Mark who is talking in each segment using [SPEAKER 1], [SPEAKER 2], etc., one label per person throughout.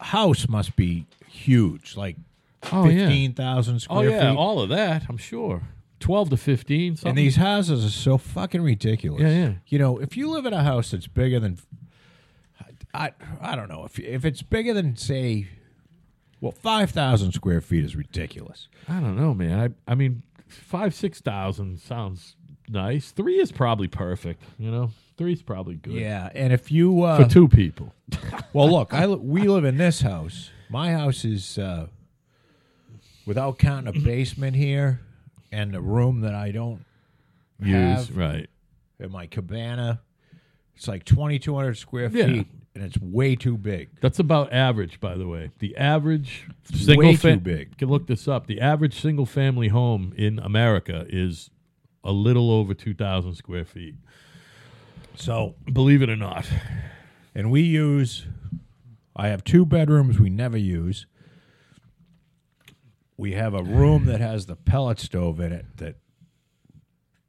[SPEAKER 1] house must be huge, like
[SPEAKER 2] Oh, yeah.
[SPEAKER 1] fifteen thousand
[SPEAKER 2] Oh
[SPEAKER 1] square
[SPEAKER 2] yeah,
[SPEAKER 1] feet.
[SPEAKER 2] all of that. I'm sure. Twelve to fifteen. Something.
[SPEAKER 1] and these houses are so fucking ridiculous.
[SPEAKER 2] Yeah, yeah.
[SPEAKER 1] You know, if you live in a house that's bigger than, I, I don't know if if it's bigger than say, well, five thousand square feet is ridiculous.
[SPEAKER 2] I don't know, man. I I mean, five six thousand sounds nice. Three is probably perfect. You know, three's probably good
[SPEAKER 1] Yeah, and if you uh,
[SPEAKER 2] for two people.
[SPEAKER 1] Well, look, I li- we live in this house. My house is uh, without counting a basement here and the room that I don't
[SPEAKER 2] Use
[SPEAKER 1] Have-
[SPEAKER 2] right.
[SPEAKER 1] in my cabana. It's like twenty two hundred square
[SPEAKER 2] Yeah.
[SPEAKER 1] feet, and it's way too big.
[SPEAKER 2] That's about average, by the way. The average single
[SPEAKER 1] way
[SPEAKER 2] fa-
[SPEAKER 1] too big.
[SPEAKER 2] Can look this up. The average single family home in America is a little over two thousand square feet.
[SPEAKER 1] So,
[SPEAKER 2] Believe it or not.
[SPEAKER 1] and we use. I have two bedrooms we never use. We have a room that has the pellet stove in it. That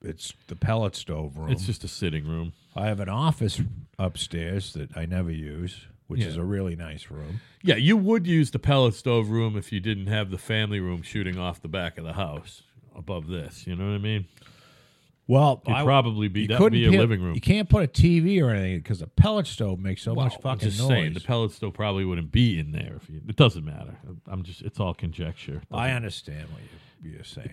[SPEAKER 1] it's the pellet stove room.
[SPEAKER 2] It's just a sitting room.
[SPEAKER 1] I have an office upstairs that I never use, which
[SPEAKER 2] Yeah.
[SPEAKER 1] is a really nice room.
[SPEAKER 2] Yeah, you would use the pellet stove room if you didn't have the family room shooting off the back of the house above this. You know what I mean?
[SPEAKER 1] Well,
[SPEAKER 2] It'd
[SPEAKER 1] Oh, I
[SPEAKER 2] probably be
[SPEAKER 1] you
[SPEAKER 2] that would be
[SPEAKER 1] couldn't
[SPEAKER 2] a
[SPEAKER 1] put-
[SPEAKER 2] living room.
[SPEAKER 1] You can't put a TV or anything because the pellet stove makes so much
[SPEAKER 2] Well, I'm
[SPEAKER 1] fucking
[SPEAKER 2] just
[SPEAKER 1] noise.
[SPEAKER 2] saying the pellet stove probably wouldn't be in there. If you, it doesn't matter. I'm just it's all conjecture.
[SPEAKER 1] Oh, I understand what you, you're saying.
[SPEAKER 2] It